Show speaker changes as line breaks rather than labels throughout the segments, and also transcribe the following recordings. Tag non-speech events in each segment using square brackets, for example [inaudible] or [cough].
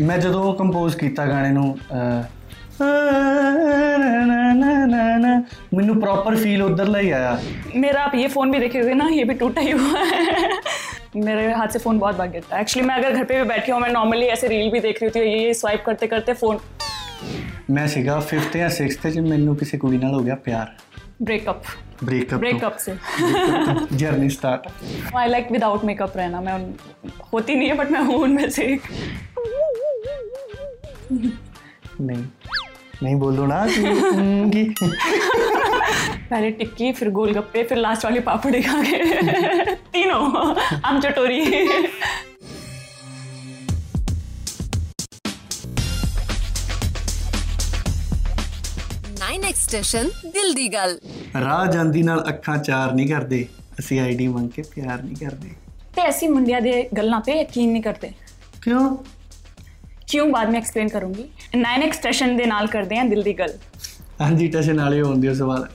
ਮੈਂ ਜਦੋਂ ਕੰਪੋਜ਼ ਕੀਤਾ ਗਾਣੇ ਨੂੰ ਅਹ, ਮੈਨੂੰ ਪ੍ਰੋਪਰ ਫੀਲ ਉਧਰਲਾ ਹੀ ਆਇਆ
मेरा आप ये फ़ोन भी देखे हुए ना ये भी टूटा ही हुआ है मेरे हाथ से फ़ोन बहुत भाग गया था एक्चुअली मैं अगर घर पे भी बैठी हूँ मैं नॉर्मली ऐसे रील भी देख रही होती हूँ ये- ये स्वाइप करते करते फ़ोन
ਮੈਂ ਸੀਗਾ 5th ਜਾਂ 6th ਚ ਮੈਨੂੰ ਕਿਸੇ ਕੁੜੀ ਨਾਲ ਹੋ ਗਿਆ ਪਿਆਰ
ब्रेकअप
ਬ੍ਰੇਕਅਪ
ब्रेकअप से
journey start
I like without makeup रहना मैं उन होती नहीं है बट मैं हूँ उनमें से एक
नहीं नहीं बोलो ना कि हम्म, कि-
पहले टिक्की फिर गोलगप्पे फिर लास्ट वाली पापड़ी खा के तीनों आम चटोरी
ਨਾਈਨ ਐਕਸਟੈਸ਼ਨ ਦਿਲ ਦੀ ਗੱਲ
ਰਾਹ ਜਾਂਦੀ ਨਾਲ ਅੱਖਾਂ ਚਾਰ ਨਹੀਂ ਕਰਦੇ ਅਸੀਂ ਆਈਡੀ ਮੰਗ ਕੇ ਪਿਆਰ ਨਹੀਂ ਕਰਦੇ
ਤੇ ਐਸੀ ਮੁੰਡਿਆਂ ਦੇ ਗੱਲਾਂ ਤੇ ਯਕੀਨ ਨਹੀਂ ਕਰਦੇ
ਕਿਉਂ
ਕਿਉਂ ਬਾਅਦ ਵਿੱਚ ਐਕਸਪਲੇਨ ਕਰੂੰਗੀ 9 ਐਕਸਟ੍ਰੈਸ਼ਨ ਦੇ ਨਾਲ ਕਰਦੇ ਆ ਦਿਲ ਦੀ ਗੱਲ
ਹਾਂਜੀ ਟਸ਼ਨ ਵਾਲੇ ਹੋਣ ਉਹ ਸਵਾਲ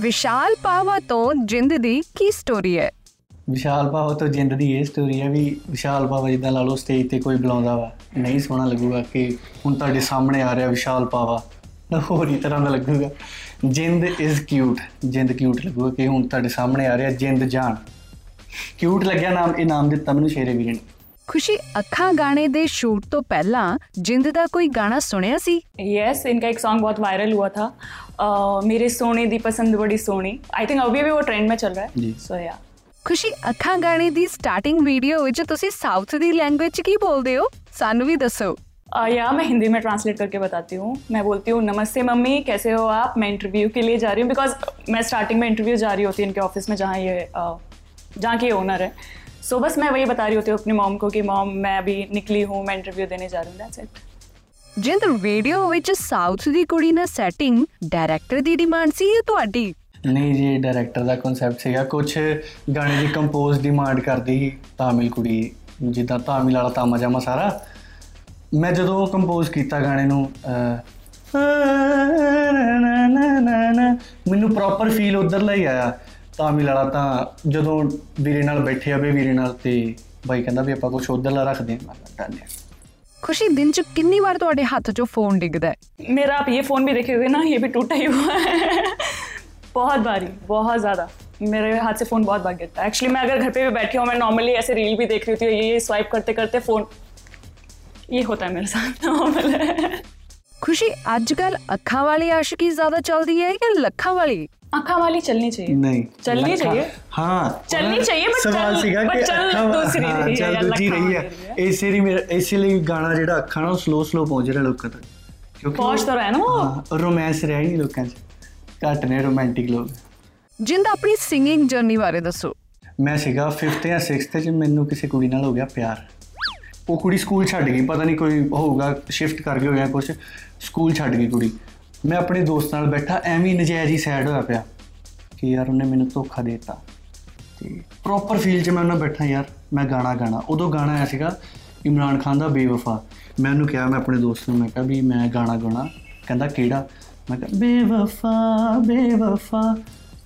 ਵਿਸ਼ਾਲ ਪਾਵਾ ਤੋਂ ਜਿੰਦ ਦੀ ਕੀ ਸਟੋਰੀ ਹੈ
ਵਿਸ਼ਾਲ ਭਾਵਾ ਤੋਂ ਜਿੰਦ ਦੀ ਇਹ ਸਟੋਰੀ ਹੈ ਵੀ ਵਿਸ਼ਾਲ ਭਾਵਾ ਜਿੱਦਾਂ ਲਾ ਲਓ ਸਟੇਜ ਤੇ ਕੋਈ ਬੁਲਾਉਂਦਾ ਵਾ ਨਹੀਂ ਸੋਹਣਾ ਲੱਗੂਗਾ ਕਿ ਹੁਣ ਤੁਹਾਡੇ ਸਾਹਮਣੇ ਆ ਰਿਹਾ ਵਿਸ਼ਾਲ ਭਾਵਾ ਤਾਂ ਹੋਰ ਹੀ ਤਰ੍ਹਾਂ ਦਾ ਲੱਗੂਗਾ Jind is cute Jind cute ਲੱਗੂਗਾ ਕਿ ਹੁਣ ਤੁਹਾਡੇ ਸਾਹਮਣੇ ਆ ਰਿਹਾ ਜਿੰਦ ਜਾਨ ਕਿਊਟ ਲੱਗਿਆ ਨਾਮ ਇਹ ਨਾਮ ਦਿੱਤਾ ਮੈਨੂੰ ਸ਼ੇਰੇ ਵੀਰ ਨੇ
ਖੁਸ਼ੀ ਅੱਖਾਂ ਗਾਣੇ ਦੇ ਸ਼ੂਟ ਤੋਂ ਪਹਿਲਾਂ ਜਿੰਦ ਦਾ ਕੋਈ ਗਾਣਾ ਸੁਣਿਆ ਸੀ
यस इनका एक सॉन्ग बहुत वायरल हुआ था अ, मेरे सोने दी पसंद बड़ी सोनी आई थिंक अभी भी वो ट्रेंड में चल रहा
जी।
है सो या
ਖੁਸ਼ੀ ਅੱਖਾਂ ਗਾਣੇ ਦੀ ਸਟਾਰਟਿੰਗ ਵੀਡੀਓ ਵਿੱਚ ਤੁਸੀਂ ਸਾਊਥ ਦੀ ਲੈਂਗੁਏਜ 'ਚ ਕੀ ਬੋਲਦੇ ਹੋ ਸਾਨੂੰ ਵੀ ਦੱਸੋ
या मैं हिंदी में ट्रांसलेट करके बताती हूँ मैं बोलती हूँ नमस्ते मम्मी कैसे हो आप मैं इंटरव्यू के लिए जा रही हूँ बिकॉज मैं स्टार्टिंग में इंटरव्यू जा रही होती हूँ इनके ऑफिस में जहाँ ये अ, जहाँ के ओनर है सो बस मैं वही बता रही होती हूँ अपनी मॉम को कि मॉम मैं अभी निकली हूँ मैं इंटरव्यू देने जा रही हूँ दैट्स इट
ਜਿੰਦ ਵੀਡੀਓ ਵਿੱਚ ਸਾਊਥ ਦੀ ਕੁੜੀ ਨਾਲ ਸੈਟਿੰਗ ਡਾਇਰੈਕਟਰ ਦੀ ਡਿਮਾਂਡ ਸੀ ਜਾਂ ਤੁਹਾਡੀ
ਨਹੀਂ ਜੀ ਇਹ ਡਾਇਰੈਕਟਰ ਦਾ ਕਨਸੈਪਟ ਸੀਗਾ ਕੁਝ ਗਾਣੇ ਦੀ ਕੰਪੋਜ਼ ਡਿਮਾਂਡ ਕਰਦੀ ਸੀ ਤਾਮਿਲ ਕੁੜੀ ਜਿੱਦਾਂ ਤਾਮਿਲ ਵਾਲਾ ਤਾਮਾ ਜਾਮਾ ਸਾਰਾ ਮੈਂ ਜਦੋਂ ਕੰਪੋਜ਼ ਕੀਤਾ ਗਾਣੇ ਨੂੰ ਅਹ, ਮੈਨੂੰ ਪ੍ਰੋਪਰ ਫੀਲ ਉਧਰਲਾ ਹੀ ਆਇਆ ਤਾਮਿਲ ਵਾਲਾ ਤਾਂ ਜਦੋਂ ਵੀਰੇ ਨਾਲ ਬੈਠੇ ਆਵੇ ਵੀਰੇ ਨਾਲ ਤੇ ਬਾਈ ਕਹਿੰਦਾ ਵੀ ਆਪਾਂ ਕੁਝ ਉਧਰਲਾ ਰੱਖਦੇ ਹਾਂ ਮੈਂ ਕਿਹਾ done ਹੈ।
ਖੁਸ਼ੀ ਦਿਨ 'ਚ ਕਿੰਨੀ ਵਾਰ ਤੁਹਾਡੇ ਹੱਥ 'ਚੋਂ ਫੋਨ ਡਿੱਗਦਾ ਹੈ
मेरा आप ये फ़ोन भी देखे हुए ना ये भी टूटा ही हुआ है बहुत भारी बहुत ज़्यादा मेरे हाथ से फ़ोन बहुत भाग गया था एक्चुअली मैं अगर घर पे भी बैठी हूँ मैं नॉर्मली ऐसे रील भी देख रही होती हूँ ये स्वाइप करते करते फ़ोन ये होता है मेरे साथ नॉर्मल है
ਖੁਸ਼ੀ ਅੱਜ ਕੱਲ ਅੱਖਾਂ ਵਾਲੀ ਆਸ਼ਿਕੀ ਜ਼ਿਆਦਾ ਚੱਲਦੀ ਹੈ ਜਾਂ ਲੱਖਾਂ ਵਾਲੀ
आँखा वाली चलनी चाहिए
ਨਹੀਂ
ਚੱਲਣੀ
ਲੱਖਾਂ-
ਚਾਹੀਏ।
ਹਾਂ
ਚੱਲਣੀ ਚਾਹੀਏ, but
ਸਵਾਲ
ਚੱਲ-
ਸੀਗਾ
but
ਕਿ
ਚੱਲ
ਅੱਖਾਂ ਵਾ-
ਦੂਸਰੀ
ਹਾਂ,
ਰਹੀ ਹੈ
ਚੱਲ
ਜਾਂ
ਦੂਜੀ
ਲੱਖਾਂ
ਰਹੀ
ਵਾਲੀ ਰਹੀ
ਹੈ
ਹੈ।
ਇਸੇ ਲਈ ਮੇਰਾ ਇਸੇ ਲਈ ਗਾਣਾ ਜਿਹੜਾ ਅੱਖਾਂ ਨਾਲ ਸਲੋ ਸਲੋ ਪਹੁੰਚ ਰਿਹਾ ਲੋਕਾਂ ਤੱਕ ਕਿਉਂਕਿ
पहुँच तो रहा है ना वो
ਰੋਮਾਂਸ ਰਿਹਾ ਹੀ ਨਹੀਂ ਲੋਕਾਂ 'ਚ ਘੱਟ ਨੇ ਰੋਮਾਂਟਿਕ ਲੋਕ
ਜਿੰਦ ਆਪਣੀ ਸਿੰਗਿੰਗ ਜਰਨੀ ਬਾਰੇ ਦੱਸੋ
ਮੈਂ ਸੀਗਾ 5th ਜਾਂ 6th 'ਚ ਮੈਨੂੰ ਕਿਸੇ ਕੁੜੀ ਨਾਲ ਹੋ ਗਿਆ ਪਿਆਰ ਉਹ ਕੁੜੀ ਸਕੂਲ ਛੱਡ ਗਈ ਪਤਾ ਨਹੀਂ ਕੋਈ ਹੋਊਗਾ ਸ਼ਿਫਟ ਕਰ ਗਈ ਹੋਇਆ ਕੁਝ ਸਕੂਲ ਛੱਡ ਗਈ ਕੁੜੀ ਮੈਂ ਆਪਣੇ ਦੋਸਤ ਨਾਲ ਬੈਠਾ ਐਵੇਂ ਹੀ ਨਜਾਇਜ਼ ਹੀ ਸੈਡ ਹੋਇਆ ਪਿਆ ਕਿ ਯਾਰ ਉਹਨੇ ਮੈਨੂੰ ਧੋਖਾ ਦੇ ਦਿੱਤਾ ਤੇ ਪ੍ਰੋਪਰ ਫੀਲ 'ਚ ਮੈਂ ਉਹਨਾਂ ਬੈਠਾ ਯਾਰ ਮੈਂ ਗਾਣਾ ਗਾਣਾ ਉਦੋਂ ਗਾਣਾ ਆਇਆ ਸੀਗਾ ਇਮਰਾਨ ਖਾਨ ਦਾ ਬੇਵਫਾ ਮੈਂ ਉਹਨੂੰ ਕਿਹਾ ਮੈਂ ਆਪਣੇ ਦੋਸਤ ਨੂੰ ਮੈਂ ਕਿਹਾ ਵੀ ਮੈਂ ਗਾਣਾ ਗਾਉਣਾ ਕਹਿੰਦਾ ਕਿਹੜਾ ਮੈਂ ਕਿਹਾ ਬੇਵਫਾ ਬੇਵਫਾ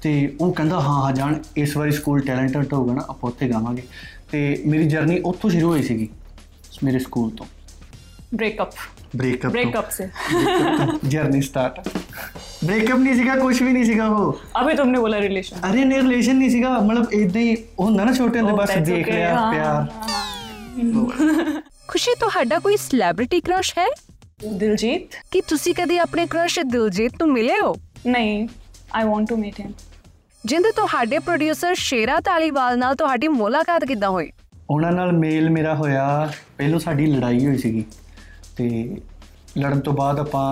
ਤੇ ਉਹ ਕਹਿੰਦਾ ਹਾਂ ਹਾਂ ਜਾਣ ਇਸ ਵਾਰੀ ਸਕੂਲ ਟੈਲੈਂਟ ਹੰਟ ਹੋਊਗਾ ਨਾ ਆਪਾਂ ਉੱਥੇ ਗਾਵਾਂਗੇ ਤੇ ਮੇਰੀ ਜਰਨੀ ਉੱਥੋਂ ਸ਼ੁਰੂ ਹੋਈ ਸੀਗੀ ਮੇਰੇ ਸਕੂਲ ਤੋਂ
ब्रेकअप
ਬ੍ਰੇਕਅਪ
ब्रेकअप से
ਜਰਨੀ ਸਟਾਰਟ ਬ੍ਰੇਕਅਪ ਨਹੀਂ ਸੀਗਾ ਕੁਝ ਵੀ ਨਹੀਂ ਸੀਗਾ ਉਹ
अभी तुमने बोला रिलेशन
ਅਰੇ ਨੇ ਰਿਲੇਸ਼ਨ ਨਹੀਂ ਸੀਗਾ ਮਤਲਬ ਇਦਾਂ ਹੀ ਉਹ ਹੁੰਦਾ ਨਾ ਛੋਟੇ ਹੁੰਦੇ
ਉਹ
ਬਸ
ਤਾਂ
ਦੇਖ
ਚੁੱਕੇ,
ਲਿਆ
ਹਾਂ।
ਪਿਆਰ
ਖੁਸ਼ੀ ਤੁਹਾਡਾ ਕੋਈ ਸੈਲੀਬ੍ਰਿਟੀ ਕ੍ਰਸ਼ ਹੈ
दिलजीत
ਕਿ ਤੁਸੀਂ ਕਦੇ ਆਪਣੇ ਕ੍ਰਸ਼ ਦਿਲਜੀਤ ਨੂੰ ਮਿਲੇ ਹੋ
नहीं I want to meet him
Jind ਤੁਹਾਡੇ ਪ੍ਰੋਡਿਊਸਰ ਸ਼ੇਰਾ ਧਾਲੀਵਾਲ ਨਾਲ ਤੁਹਾਡੀ ਮੁਲਾਕਾਤ ਕਿੱਦਾਂ ਹੋਈ
ਉਹਨਾਂ ਨਾਲ ਮੇਲ ਮੇਰਾ ਹੋਇਆ ਪਹਿਲੋਂ ਸਾਡੀ ਲੜਾਈ ਹੋਈ ਸੀਗੀ ਤੇ ਲੜਨ ਤੋਂ ਬਾਅਦ ਆਪਾਂ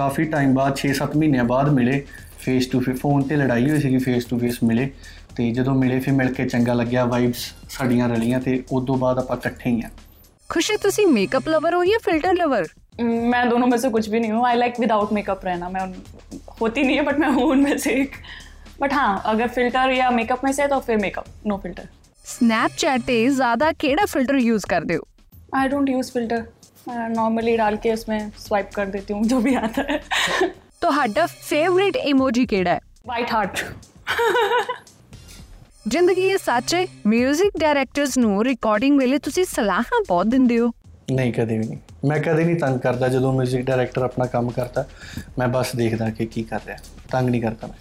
ਕਾਫੀ ਟਾਈਮ ਬਾਅਦ 6-7 ਮਹੀਨਿਆਂ ਬਾਅਦ ਮਿਲੇ ਫੇਸ ਟੂ ਫੇਸ ਫੋਨ ਤੇ ਲੜਾਈ ਹੋਈ ਸੀਗੀ ਫੇਸ ਟੂ ਫੇਸ ਮਿਲੇ ਤੇ ਜਦੋਂ ਮਿਲੇ ਫਿਰ ਮਿਲ ਕੇ ਚੰਗਾ ਲੱਗਿਆ ਵਾਈਬਸ ਸਾਡੀਆਂ ਰਲੀਆਂ ਤੇ ਉਸ ਤੋਂ ਬਾਅਦ ਆਪਾਂ ਇਕੱਠੇ ਹੀ ਆ
ਖੁਸ਼ੀ ਤੁਸੀਂ ਮੇਕਅਪ ਲਵਰ ਹੋ ਜਾਂ ਫਿਲਟਰ ਲਵਰ
Mm, मैं दोनों में से कुछ भी नहीं हूँ आई लाइक विदाउट मेकअप रहना मैं उन होती नहीं है बट मैं हूँ उनमें से एक बट हाँ अगर फिल्टर या मेकअप में से है, तो फिर मेकअप नो फिल्टर
ਸਨੈਪਚੈਟ ਤੇ ਜ਼ਿਆਦਾ ਕਿਹੜਾ ਫਿਲਟਰ ਯੂਜ਼ ਕਰਦੇ ਹੋ
I don't use filter normally डाल के उसमें स्वाइप कर देती हूँ जो भी आता है [laughs]
ਤੁਹਾਡਾ ਫੇਵਰਿਟ ਇਮੋਜੀ ਕਿਹੜਾ ਹੈ
वाइट हार्ट
ਜ਼ਿੰਦਗੀ ਇਹ ਸੱਚ ਹੈ 뮤직 ਡਾਇਰੈਕਟਰਸ ਨੂੰ ਰਿਕਾਰਡਿੰਗ ਵੇਲੇ ਤੁਸੀਂ ਸਲਾਹਾਂ ਬਹੁਤ ਦਿੰਦੇ ਹੋ
ਨਹੀਂ ਕਦੇ ਵੀ ਨਹੀਂ ਮੈਂ ਕਦੇ ਨਹੀਂ ਤੰਗ ਕਰਦਾ ਜਦੋਂ 뮤직 ਡਾਇਰੈਕਟਰ ਆਪਣਾ ਕੰਮ ਕਰਦਾ ਮੈਂ ਬਸ ਦੇਖਦਾ ਕਿ ਕੀ ਕਰ ਰਿਹਾ ਤੰਗ ਨਹੀਂ ਕਰਦਾ ਮੈਂ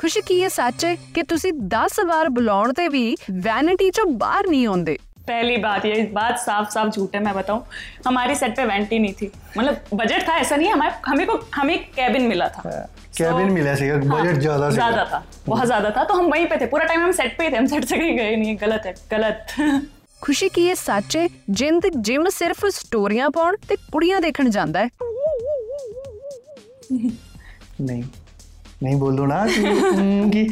ਖੁਸ਼ੀ ਕੀ ਇਹ ਸੱਚ ਹੈ ਕਿ ਤੁਸੀਂ 10 ਵਾਰ ਬੁਲਾਉਣ ਤੇ ਵੀ ਵੈਨਿਟੀ ਚੋਂ ਬਾਹਰ ਨਹੀਂ ਆਉਂਦੇ
पहली बात ये बात साफ साफ झूठ है मैं बताऊं हमारी सेट पे वेंट ही नहीं थी मतलब बजट था ऐसा नहीं है हमारे हमें को हमें कैबिन मिला था हाँ,
ਕੈਬਿਨ ਮਿਲਿਆ ਸੀਗਾ ਬਜਟ ਜ਼ਿਆਦਾ ਸੀਗਾ
ज्यादा था बहुत ज्यादा था तो हम वहीं पे थे पूरा टाइम हम सेट पे ही थे हम सेट से कहीं गए नहीं गलत है गलत [laughs]
ਖੁਸ਼ੀ ਕੀ ਇਹ ਸੱਚ ਹੈ ਜਿੰਦ ਜਿਮ ਸਿਰਫ ਸਟੋਰੀਆਂ ਪਾਉਣ ਤੇ ਕੁੜੀਆਂ ਦੇਖਣ ਜਾਂਦਾ ਹੈ
ਨਹੀਂ ਨਹੀਂ ਬੋਲੋ ਨਾ ਕਿ ਹਮ, ਕਿ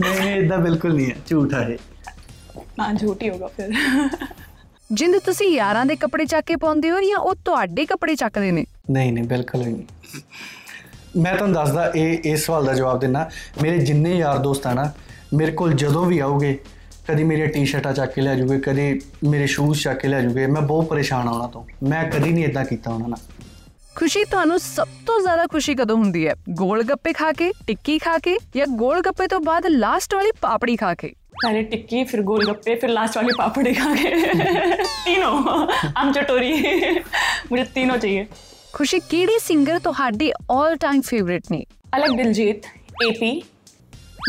ਨਹੀਂ ਨਹੀਂ ਇਦਾਂ ਬਿਲਕੁਲ ਨਹੀਂ ਹੈ ਝੂਠ ਹੈ ਇਹ।
हाँ झूठ ही होगा फिर [laughs]
ਜਿੰਦ ਤੁਸੀਂ ਯਾਰਾਂ ਦੇ ਕੱਪੜੇ ਚੱਕ ਕੇ ਪਾਉਂਦੇ ਹੋ ਜਾਂ ਉਹ ਤੁਹਾਡੇ ਕੱਪੜੇ ਚੱਕਦੇ ਨੇ
ਨਹੀਂ ਨਹੀਂ ਬਿਲਕੁਲ ਵੀ ਨਹੀਂ ਮੈਂ ਤੁਹਾਨੂੰ ਦੱਸਦਾ ਇਹ ਇਸ ਸਵਾਲ ਦਾ ਜਵਾਬ ਦੇਣਾ ਮੇਰੇ ਜਿੰਨੇ ਯਾਰ ਦੋਸਤ ਆ ਨਾ ਮੇਰੇ ਕੋਲ ਜਦੋਂ ਵੀ ਆਓਗੇ ਕਦੀ ਮੇਰੀਆਂ ਟੀ-ਸ਼ਰਟਾਂ ਚੱਕ ਕੇ ਲੈ ਜਾਓਗੇ ਕਦੀ ਮੇਰੇ ਸ਼ੂਜ਼ ਚੱਕ ਕੇ ਲੈ ਜਾਓਗੇ ਮੈਂ ਬਹੁਤ ਪਰੇਸ਼ਾਨ ਆ ਉਹਨਾਂ ਤੋਂ ਮੈਂ ਕਦੀ ਨਹੀਂ ਇਦਾਂ ਕੀਤਾ ਉਹਨਾਂ ਨਾਲ
ਖੁਸ਼ੀ ਤੁਹਾਨੂੰ ਸਭ ਤੋਂ ਜ਼ਿਆਦਾ ਖੁਸ਼ੀ ਕਦੋਂ ਹੁੰਦੀ ਹੈ ਗੋਲ ਗੱਪੇ ਖਾ ਕੇ ਟਿੱਕੀ ਖਾ ਕੇ ਜਾਂ ਗੋਲ ਗੱਪੇ ਤੋਂ ਬਾਅਦ ਲਾਸਟ ਵਾਲੀ ਪਾਪੜੀ ਖਾ ਕੇ
पहले टिक्की फिर गोलगप्पे फिर लास्ट वाली पापड़ी खा के [laughs] तीनों आम चटोरी [laughs] मुझे तीनों चाहिए
ਖੁਸ਼ੀ ਕਿਹੜੇ ਸਿੰਗਰ ਤੁਹਾਡੇ 올 ਟਾਈਮ ਫੇਵਰਿਟ ਨੇ
अलग दिलजीत एपी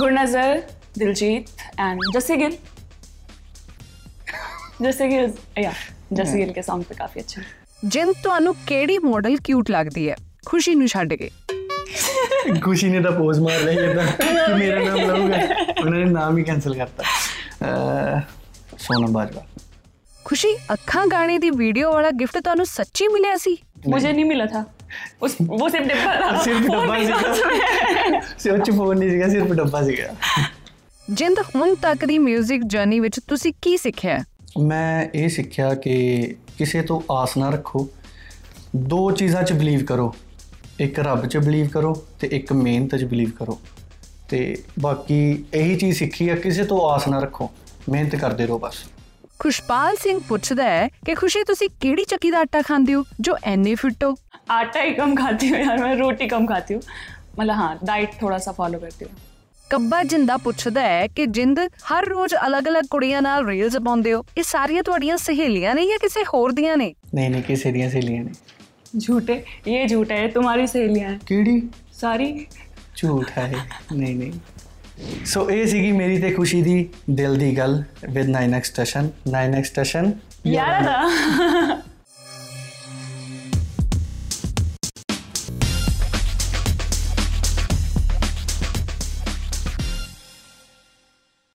गुरनजर दिलजीत एंड जस्सी गिल जस्सी गिल या जस्सी गिल के सॉन्ग पे काफी अच्छे हैं।
ਜਿੰਦ ਤੁਹਾਨੂੰ ਕਿਹੜੀ ਮਾਡਲ ਕਿਊਟ ਲੱਗਦੀ ਹੈ ਖੁਸ਼ੀ ਨੂੰ ਛੱਡ ਕੇ
ਖੁਸ਼ੀ ਨੇ ਤਾਂ ਪੋਜ਼ ਮਾਰ ਲਈ ਇਦਾਂ ਕਿ ਮੇਰਾ ਨਾਮ ਲਊਗਾ ਉਹਨਾਂ ਨੇ ਨਾਮ ਹੀ ਕੈਨਸਲ ਕਰਤਾ ਅਹ, ਸੋਨਮ ਬਾਜਵਾ
ਖੁਸ਼ੀ ਅੱਖਾਂ ਗਾਣੇ ਦੀ ਵੀਡੀਓ ਵਾਲਾ ਗਿਫਟ ਤੁਹਾਨੂੰ ਸੱਚੀ ਮਿਲਿਆ ਸੀ
मुझे नहीं मिला था उस वो [laughs] सिर्फ डिब्बा था
सिर्फ
फोन
डिब्बा
नहीं था
सीखा।
उसमें।
ਸਿਰ ਚ ਫੋਨ ਨਹੀਂ ਸੀਗਾ ਸਿਰਫ ਡੱਬਾ ਸੀਗਾ
ਜਿੰਦ ਹੁਣ ਤੱਕ ਦੀ 뮤직 ਜਰਨੀ ਵਿੱਚ ਤੁਸੀਂ ਕੀ ਸਿੱਖਿਆ ਹੈ?
ਮੈਂ ਇਹ ਸਿੱਖਿਆ ਕਿ ਕਿਸੇ ਤੋਂ ਆਸ ਨਾ ਰੱਖੋ ਦੋ ਚੀਜ਼ਾਂ 'ਚ ਬਲੀਵ ਕਰੋ ਇੱਕ ਰੱਬ 'ਚ ਬਲੀਵ ਕਰੋ ਤੇ ਇੱਕ ਮਿਹਨਤ 'ਚ ਬਲੀਵ ਕਰੋ ਤੇ ਬਾਕੀ ਇਹੀ ਚੀਜ਼ ਸਿੱਖੀ ਆ ਕਿਸੇ ਤੋਂ ਆਸ ਨਾ ਰੱਖੋ ਮਿਹਨਤ ਕਰਦੇ ਰਹੋ ਬਸ
ਖੁਸ਼ਪਾਲ ਸਿੰਘ ਪੁੱਛਦਾ ਹੈ ਕਿ ਖੁਸ਼ੀ ਤੁਸੀਂ ਕਿਹੜੀ ਚੱਕੀ ਦਾ ਆਟਾ ਖਾਂਦੇ ਹੋ ਜੋ ਐਨੇ ਫਿੱਟ ਹੋ
आटा ही कम खाती हूँ यार मैं रोटी कम खाती हूँ मतलब हाँ डाइट थोड़ा सा फॉलो करती हूँ
ਕੱਬਾ ਜਿੰਦਾ ਪੁੱਛਦਾ ਹੈ ਕਿ ਜਿੰਦ ਹਰ ਰੋਜ਼ ਅਲੱਗ-ਅਲੱਗ ਕੁੜੀਆਂ ਨਾਲ ਰੀਲਸ ਪਾਉਂਦੇ ਹੋ ਇਹ ਸਾਰੀਆਂ ਤੁਹਾਡੀਆਂ ਸਹੇਲੀਆਂ ਨੇ ਜਾਂ ਕਿਸੇ ਹੋਰ ਦੀਆਂ ਨੇ
ਨਹੀਂ ਨਹੀਂ ਕਿਸੇ ਦੀਆਂ ਸਹੇਲੀਆਂ ਨੇ
झूठे ये झूठा है तुम्हारी सहेलियाँ हैं
ਕਿਹੜੀ
सारी
ਝੂਠ ਹੈ ਇਹ। ਨਹੀਂ ਨਹੀਂ ਸੋ ਇਹ ਸੀਗੀ ਮੇਰੀ ਤੇ ਖੁਸ਼ੀ ਦੀ ਦਿਲ ਦੀ ਗੱਲ with 9x station 9x station
यार था